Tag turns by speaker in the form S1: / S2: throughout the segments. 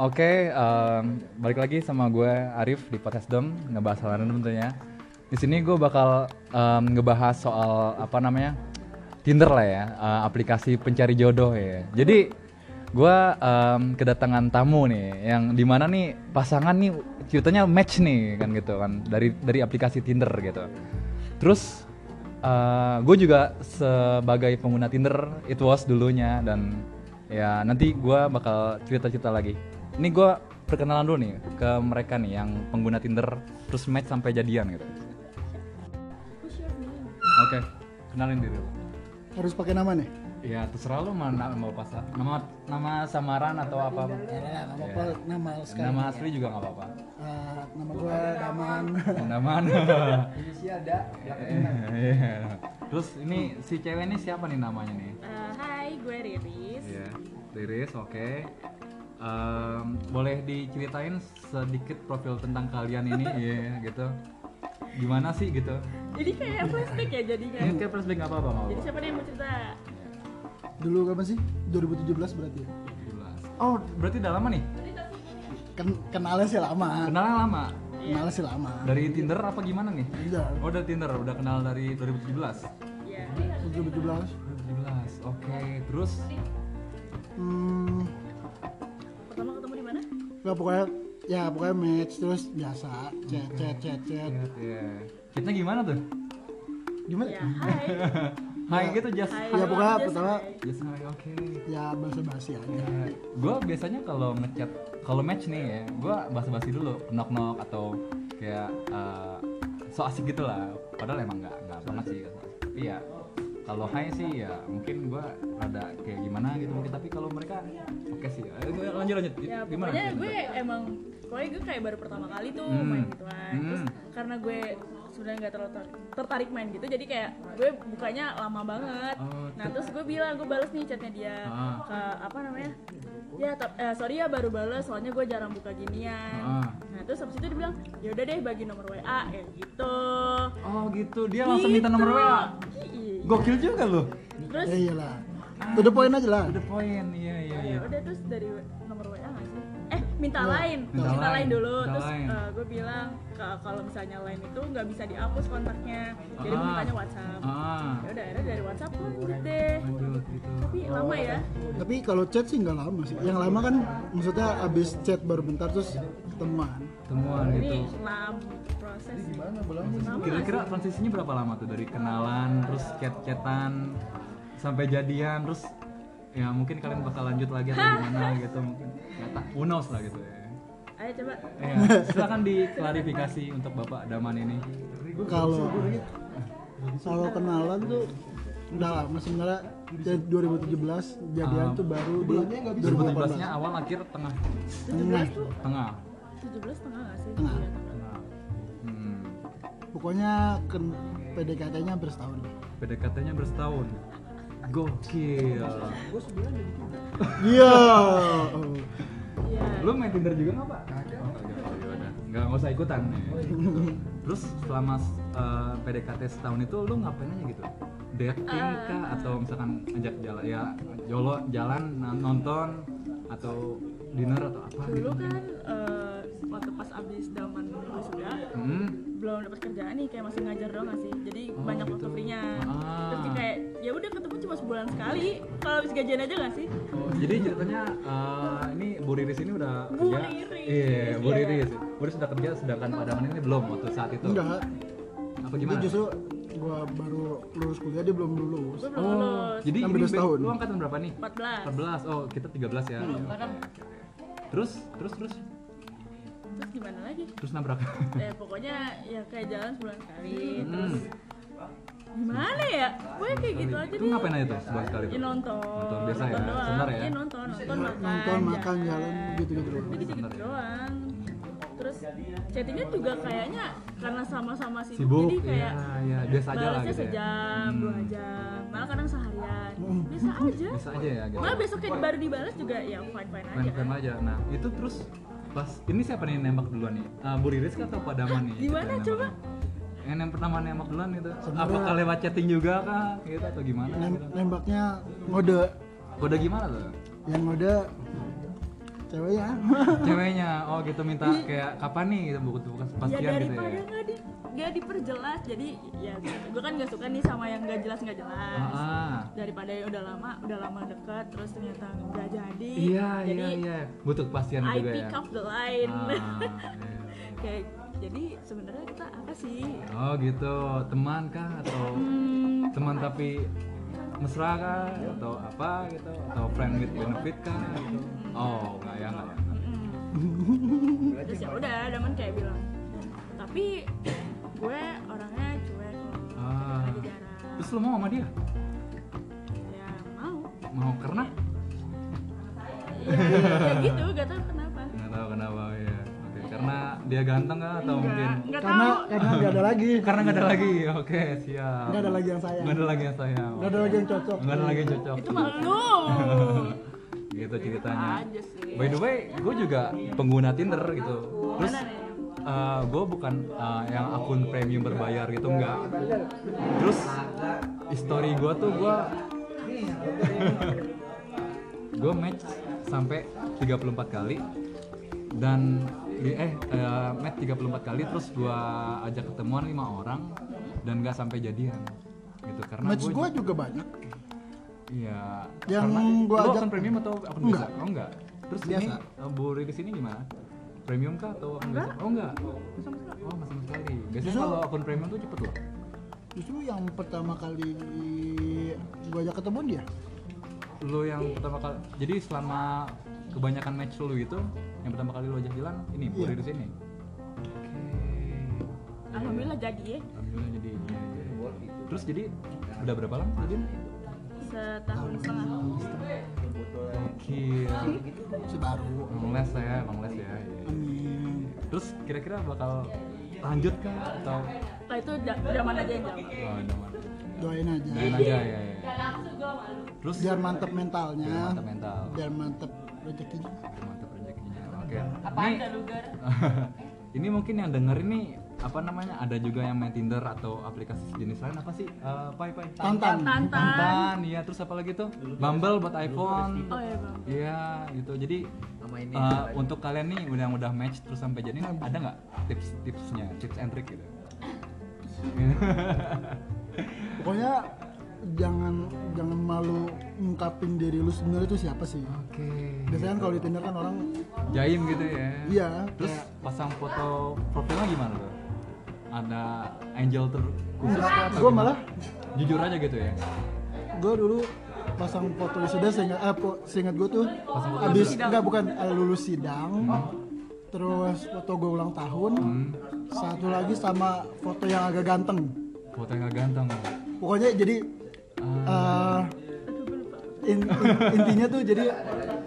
S1: Oke, em, balik lagi sama gue Arif di podcast Dom ngebahas hal random tentunya. Di sini gue bakal em, ngebahas soal apa namanya Tinder lah ya, eh, aplikasi pencari jodoh ya. Jadi gue em, kedatangan tamu nih, yang dimana nih pasangan nih ceritanya match nih kan gitu kan dari dari aplikasi Tinder gitu. Terus gue Eh, juga sebagai pengguna Tinder it was dulunya dan ya nanti gue bakal cerita-cerita lagi. Ini gue perkenalan dulu nih ke mereka nih yang pengguna Tinder terus match sampai jadian gitu. Oke, kenalin diri lu.
S2: Harus pakai nama nih?
S1: Ya terserah lu mana mau pasang nama nama samaran atau apa.
S2: Ya, nama apa? Nama sekarang.
S1: Nama asli juga nggak apa-apa.
S2: Eh, nama gua Daman.
S1: Nama.
S2: Indonesia ada.
S1: Iya. Terus ini si cewek ini siapa nih namanya nih?
S3: Eh, hai, gue Riris.
S1: Iya, Riris, oke. Em, boleh diceritain sedikit profil tentang kalian ini, iya gitu. Gimana sih gitu?
S3: Jadi kayak flashback ya jadinya.
S1: Ini kayak flashback nggak apa-apa, nggak
S3: Jadi
S1: apa-apa.
S3: siapa nih yang mau cerita?
S2: Dulu kapan sih? 2017 berarti. ya?
S1: 17. Oh, berarti udah lama nih?
S2: Ken kenalnya sih lama.
S1: Kenalnya lama.
S2: Kenalnya sih lama.
S1: Dari Tinder apa gimana nih?
S2: Iya.
S1: Oh, dari Tinder, udah kenal dari 2017.
S3: Iya.
S2: 2017.
S1: 2017. Oke, terus
S2: Hmm,
S3: Pertama ketemu di mana?
S2: nggak pokoknya ya pokoknya match terus biasa chat chat chat chat
S1: lihat ya. Kita gimana tuh?
S2: gimana
S3: Ya, hai.
S1: Hai gitu just
S3: Hai.
S2: ya pokoknya
S3: Just
S2: pertama
S3: hi.
S1: just hi, oke.
S2: ya bahasa basi aja
S1: gue biasanya kalau ngechat kalau match nih ya gue basa-basi dulu knock knock atau kayak eh, so asik gitu lah padahal emang nggak nggak banget sih tapi ya kalau high sih ya mungkin gue rada kayak gimana gitu mungkin tapi kalau mereka oke sih Eh, lanjut lanjut
S3: Ya,
S1: gimana
S3: pokoknya gue emang pokoknya gue kayak baru pertama kali tuh
S1: Hmm.
S3: main gituan. Terus
S1: Hmm.
S3: karena gue sebenarnya nggak terlalu ter- tertarik main gitu, jadi kayak gue bukanya lama banget.
S1: Oh,
S3: Nah terus gue bilang gue balas nih chatnya dia
S1: Ah.
S3: ke apa namanya? Ya, tap- eh, sorry ya baru balas, soalnya gue jarang buka ginian.
S1: Ah.
S3: Nah terus habis itu dia bilang, ya udah deh bagi nomor WA kayak gitu.
S1: oh gitu dia langsung minta
S3: Gitu.
S1: nomor wa
S3: Iya.
S1: gokil juga loh
S3: Terus
S2: ya iyalah to the point aja lah
S1: to the point iya iya
S3: ya
S1: iya
S3: udah terus dari nomor WA nggak sih? Eh minta lain,
S1: Minta
S3: minta,
S1: lain.
S3: lain. dulu.
S1: Minta
S3: terus
S1: lain.
S3: gue bilang ke- kalau misalnya lain itu nggak bisa dihapus kontaknya, jadi
S1: Ah.
S3: mintanya WhatsApp.
S1: ah
S3: Ya udah akhirnya dari WhatsApp lanjut deh.
S1: lanjut gitu
S3: Tapi lama ya.
S2: tapi kalau chat sih nggak lama sih yang lama kan maksudnya abis chat baru bentar terus ketemuan
S1: temuan
S3: Ini
S1: gitu
S3: lama proses.
S1: Kira-kira transisinya berapa lama tuh dari kenalan terus chat-chatan sampai jadian terus ya mungkin kalian bakal lanjut lagi atau gimana gitu mungkin nggak tahu who knows lah gitu ya.
S3: Ayo coba.
S1: Ya, silakan diklarifikasi untuk Bapak Daman ini.
S2: kalau kalau kenalan tuh udah lama sebenarnya dari 2017 jadian
S1: Ah,
S2: tuh baru di
S1: 2017-nya
S2: 2018
S1: awal akhir tengah
S3: 17
S2: Hmm, nah,
S3: tuh
S1: tengah.
S3: 17 tengah nggak sih?
S2: Tengah.
S3: Iya,
S1: Tengah. Hmm.
S2: pokoknya ken- PDKT-nya hampir setahun
S1: PDKT-nya bersetahun. Gokil.
S2: iya
S3: Iya.
S1: Lu main Tinder juga nggak, Pak? Nggak, nggak usah ikutan. Terus selama eh, PDKT setahun itu lu ngapain aja gitu? Dating
S3: Eh.
S1: kah atau misalkan ajak jalan ya jolo jalan n- nonton atau dinner atau apa gitu?
S3: Dulu kan eh, waktu pas abis daman wisuda,
S1: Hmm.
S3: belum dapat kerjaan nih kayak masih ngajar doang gak sih jadi
S1: Oh,
S3: banyak
S1: gitu.
S3: waktu free-nya
S1: Ah.
S3: terus dia kayak ya udah ketemu cuma sebulan sekali kalau habis gajian aja gak sih
S1: Oh, jadi ceritanya eh, ini Bu Riris ini udah
S3: Bu
S1: kerja.
S3: Riris.
S1: Iya, Bu
S3: Iya.
S1: Riris. Bu Riris sudah kerja sedangkan Pak Daman ini belum waktu saat itu.
S2: enggak
S1: Apa
S2: itu
S1: gimana?
S2: justru gua baru lulus kuliah dia belum lulus
S3: gue belum
S1: Oh,
S3: lulus
S1: jadi
S2: Kan
S1: ini
S2: beda setahun.
S1: lu angkatan berapa nih?
S3: 14
S1: 14. Oh, kita 13 ya.
S3: Iya.
S1: Oke, oke, oke. Terus terus terus
S3: terus gimana lagi
S1: terus nabrak. Hmm,
S3: eh pokoknya ya kayak jalan sebulan sekali terus gimana ya gue kayak gitu aja
S1: Itu
S3: deh.
S1: ngapain aja tuh sebulan sekali tuh?
S3: ya nonton
S1: Nonton biasa ya,
S3: doang.
S1: sebentar ya? ya.
S3: Iya, nonton nonton makan Iya.
S2: nonton makan jalan gitu gitu
S3: Udah gitu-gitu doang terus chattingnya juga kayaknya karena sama-sama sibuk, jadi
S1: Sibuk. Iya,
S3: kayak
S1: iya, biasa aja lah
S3: balasnya
S1: gitu. ya. Hmm.
S3: sejam dua jam malah kadang seharian bisa aja
S1: Biasa aja ya gitu.
S3: malah besoknya baru dibalas juga ya fine fine
S1: Main
S3: aja kan
S1: film aja. Nah, itu terus pas ini siapa nih yang nembak duluan nih? Eh, Bu Riris kah atau Pak Daman nih?
S3: Gimana
S1: Kita yang
S3: coba?
S1: nembak? Yang yang pertama nembak duluan gitu. Apakah lewat chatting juga kah gitu atau gimana?
S2: Lem- nembaknya ngode
S1: Kode gimana tuh?
S2: yang ngode ceweknya
S1: ceweknya oh gitu minta kayak kapan nih gitu buku-buku
S3: ya
S1: kepastian gitu
S3: daripada
S1: ya
S3: nggak di nggak diperjelas jadi ya gue kan nggak suka nih sama yang nggak jelas nggak jelas
S1: Ah, ah.
S3: daripada yang udah lama udah lama dekat terus ternyata nggak jadi
S1: iya
S3: jadi
S1: iya iya butuh kepastian
S3: I
S1: juga ya
S3: pick up the line
S1: Ah, iya,
S3: kayak jadi sebenarnya kita apa sih
S1: iya. oh gitu teman kah atau
S3: Hmm,
S1: teman tapi mesra kah atau apa gitu atau friend with benefit kah gitu oh nggak ya nggak ya
S3: Mm-mm. terus ya udah Daman kayak bilang tapi gue orangnya cuek loh
S1: Ah.
S3: lagi jarang
S1: terus lu mau sama dia
S3: ya mau
S1: mau karena Iya.
S3: ya, ya gitu gak tau kenapa
S1: nggak tahu kenapa ya oke karena dia ganteng kah atau mungkin
S3: nggak nggak
S2: karena
S3: tahu
S2: karena nggak ada lagi
S1: karena nggak ada lagi oke siap
S2: nggak ada lagi yang sayang
S1: nggak ada lagi yang sayang
S2: nggak ada lagi yang cocok
S1: nggak ada lagi yang cocok
S3: itu mah lu
S1: gitu ceritanya
S3: aja sih
S1: by the way gue juga pengguna tinder gitu terus
S3: Mana nih?
S1: gue bukan eh, yang akun premium berbayar gitu enggak terus history gue tuh gue gue match sampai 34 kali dan di- eh eh, match 34 kali terus gue ajak ketemuan lima orang dan gak sampai jadian gitu karena
S2: match
S1: gua-
S2: gue juga banyak
S1: Iya.
S2: Yang
S1: karena
S2: gua
S1: lo
S2: ajak-
S1: akun premium atau akun biasa?
S2: Enggak.
S1: Oh enggak. Terus
S2: Biasa.
S1: ini eh, Bu Riri sini gimana? Premium kah atau akun biasa? Oh enggak. Masa -masa. Oh, sama sekali. Biasanya
S2: Justru-
S1: kalau akun premium tuh cepet loh.
S2: justru yang pertama kali gue ajak ketemu dia
S1: Lo yang pertama kali jadi selama kebanyakan match lu gitu, yang pertama kali lu ajak jalan ini Bu
S2: Iya.
S1: Riri sini. Oke.
S3: alhamdulillah jadi ya
S1: Alhamdulillah jadi iya, iya.
S2: gitu.
S1: Terus jadi udah berapa lama jadian?
S3: setahun setengah
S1: Gokil.
S2: si baru
S1: Kongles ya, kongles ya. iya, iya.
S2: Amin.
S1: Terus kira-kira bakal lanjut kah atau
S3: setelah Nah, itu ja- zaman aja yang
S1: oh,
S3: jawab
S1: nyaman.
S2: iya. doain aja
S1: Main aja ya, ya. Terus
S2: biar mantep
S1: Biar
S2: mentalnya
S1: mantap mental,
S2: biar mantep rezekinya
S1: biar mantap rezekinya. Oke. Ini ini mungkin yang denger ini apa namanya ada juga yang main Tinder atau aplikasi sejenis lain apa sih? Eh, pai pai.
S2: tantan
S3: tantan
S1: Tantan, iya terus apa lagi tuh? Bumble buat iPhone.
S3: oh ya bang
S1: Iya, gitu. Jadi eh, untuk kalian nih udah udah match terus sampai jadi ada nggak tips-tipsnya, tips and trick gitu?
S2: pokoknya jangan jangan malu ungkapin diri lu sebenarnya itu siapa sih
S1: Oke.
S2: biasanya kan kalau di Tinder kan orang
S1: Jaim gitu ya.
S2: iya
S1: Terus
S2: kayak
S1: pasang foto profilnya gimana tuh? Ada angel terkhusus kah atau
S2: Iya. Gua
S1: gimana?
S2: malah-
S1: jujur aja gitu ya.
S2: gue dulu pasang foto wisuda seingat eh, po- seingat gue tuh
S1: Pasang foto
S2: abis
S1: wisuda. Hmm.
S2: enggak bukan eh, lulus sidang terus foto gue ulang tahun satu lagi sama foto yang agak ganteng
S1: Foto yang gak ganteng.
S2: pokoknya jadi
S1: Ah.
S2: eh, in- in- intinya tuh jadi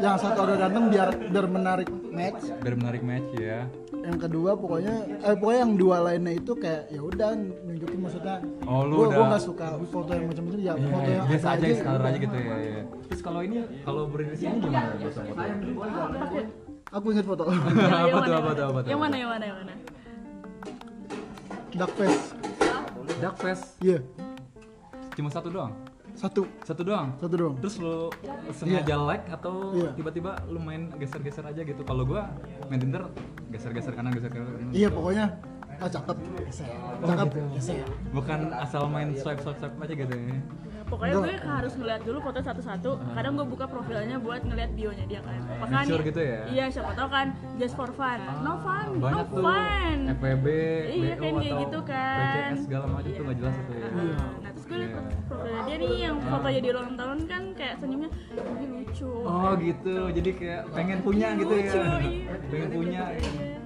S2: yang satu agak ganteng biar biar menarik match
S1: Biar menarik match ya.
S2: yang kedua pokoknya eh pokoknya yang dua lainnya itu kayak ya udah nunjukin maksudnya
S1: Oh, lu
S2: gua, gua
S1: udah-
S2: nggak suka foto yang macam-macam ya
S1: Iya,
S2: foto
S1: iya,
S2: yang
S1: biasa
S2: ada
S1: aja, standar
S2: udah.
S1: aja gitu ya. ya. Terus kalau ini kalau berdiri sini gimana pasang foto?
S2: aku ingat foto
S3: Yang- yang
S1: Apa tuh,
S3: mana,
S1: apa tuh, apa tuh?
S3: yang mana yang mana yang mana
S2: dark face
S1: Dark face
S2: iya
S1: cuma satu doang.
S2: satu
S1: Satu doang.
S2: satu doang
S1: Terus lu sengaja like atau
S2: Iya.
S1: tiba-tiba lu main geser-geser aja gitu. Kalau gua main Tinder geser-geser kanan geser kanan.
S2: iya pokoknya ah cakep geser cakep geser
S1: Bukan asal main swipe swipe swipe aja gitu ya.
S3: Ya, pokoknya gue harus ngeliat dulu foto satu-satu kadang gue buka profilnya buat ngeliat bionya dia kan apakah
S1: Ah. Make sure
S3: nih-
S1: gitu ya? Ah,
S3: iya siapa tau kan just for fun no fun no
S1: banyak tuh
S3: fun
S1: FPB,
S3: Iya,
S1: BO
S3: kan kayak
S1: atau
S3: gitu kan.
S1: PCS segala macam tuh nggak jelas itu ya.
S3: nah terus gue
S1: Iya.
S3: liat profilnya dia nih yang fotonya di ulang tahun kan kayak senyumnya "Ih, lucu
S1: Ah. Oh gitu, jadi kayak pengen punya gitu ya.
S3: Lucu, iya.
S1: Pengen punya. iya.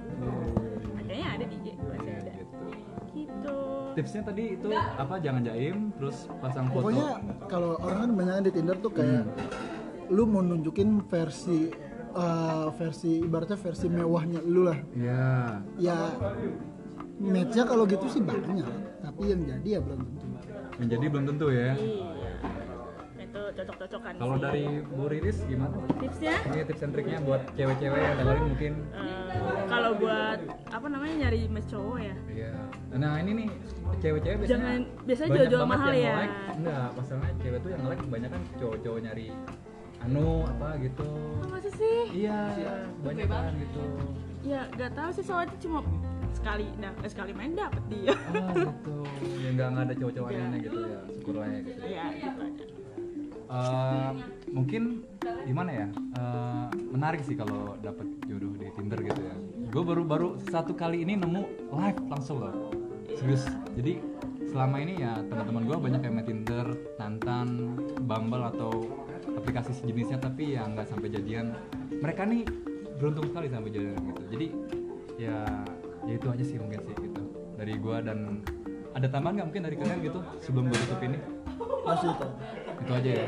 S3: kayaknya ada di IG masih ada
S1: Gitu.
S3: gitu
S1: Tipsnya tadi itu apa? Jangan jaim, terus pasang foto.
S2: pokoknya kalau orang kan banyak di Tinder tuh kayak lu mau nunjukin versi eh, versi ibaratnya versi mewahnya lu lah
S1: Iya.
S2: ya matchnya kalau gitu sih banyak tapi yang jadi ya belum tentu
S1: Menjadi belum tentu ya.
S3: iya itu cocok-cocokan
S1: Kalau
S3: sih.
S1: dari Bu Riris gimana?
S3: tipsnya
S1: Ini tips and triknya buat cewek-cewek yang dengerin mungkin.
S3: eh, kalau buat apa namanya nyari mas cowok ya
S1: Iya. Nah ini nih cewek-cewek biasanya
S3: Jangan- biasanya
S1: banyak
S3: jual-jual
S1: banget
S3: mahal
S1: yang
S3: ya.
S1: nge-like. Enggak, masalahnya cewek tuh yang like kebanyakan cowok-cowok nyari anu apa gitu
S3: Oh, masa sih?
S1: iya banyak kan gitu
S3: Ya gak tahu sih soalnya cuma sekali dah eh, sekali main dapet dia.
S1: ah gitu ya nggak nggak ada cowok-cowok anehnya gitu ya syukurlah ya gitu
S3: ya gitu aja.
S1: Eh, mungkin gimana ya Eh, menarik sih kalau dapet jodoh di Tinder gitu ya gue baru baru satu kali ini nemu live langsung loh serius jadi selama ini ya teman-teman gue banyak yang main Tinder, Tantan, Bumble atau aplikasi sejenisnya tapi ya nggak sampai jadian mereka nih beruntung sekali sampai jadian gitu jadi ya ya itu aja sih mungkin sih gitu dari gue dan ada tambahan nggak mungkin dari kalian gitu sebelum gue tutup ini
S2: Masih itu.
S1: itu aja ya.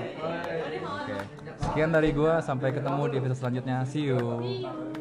S1: Oke. Sekian dari gua sampai ketemu di episode selanjutnya. See you.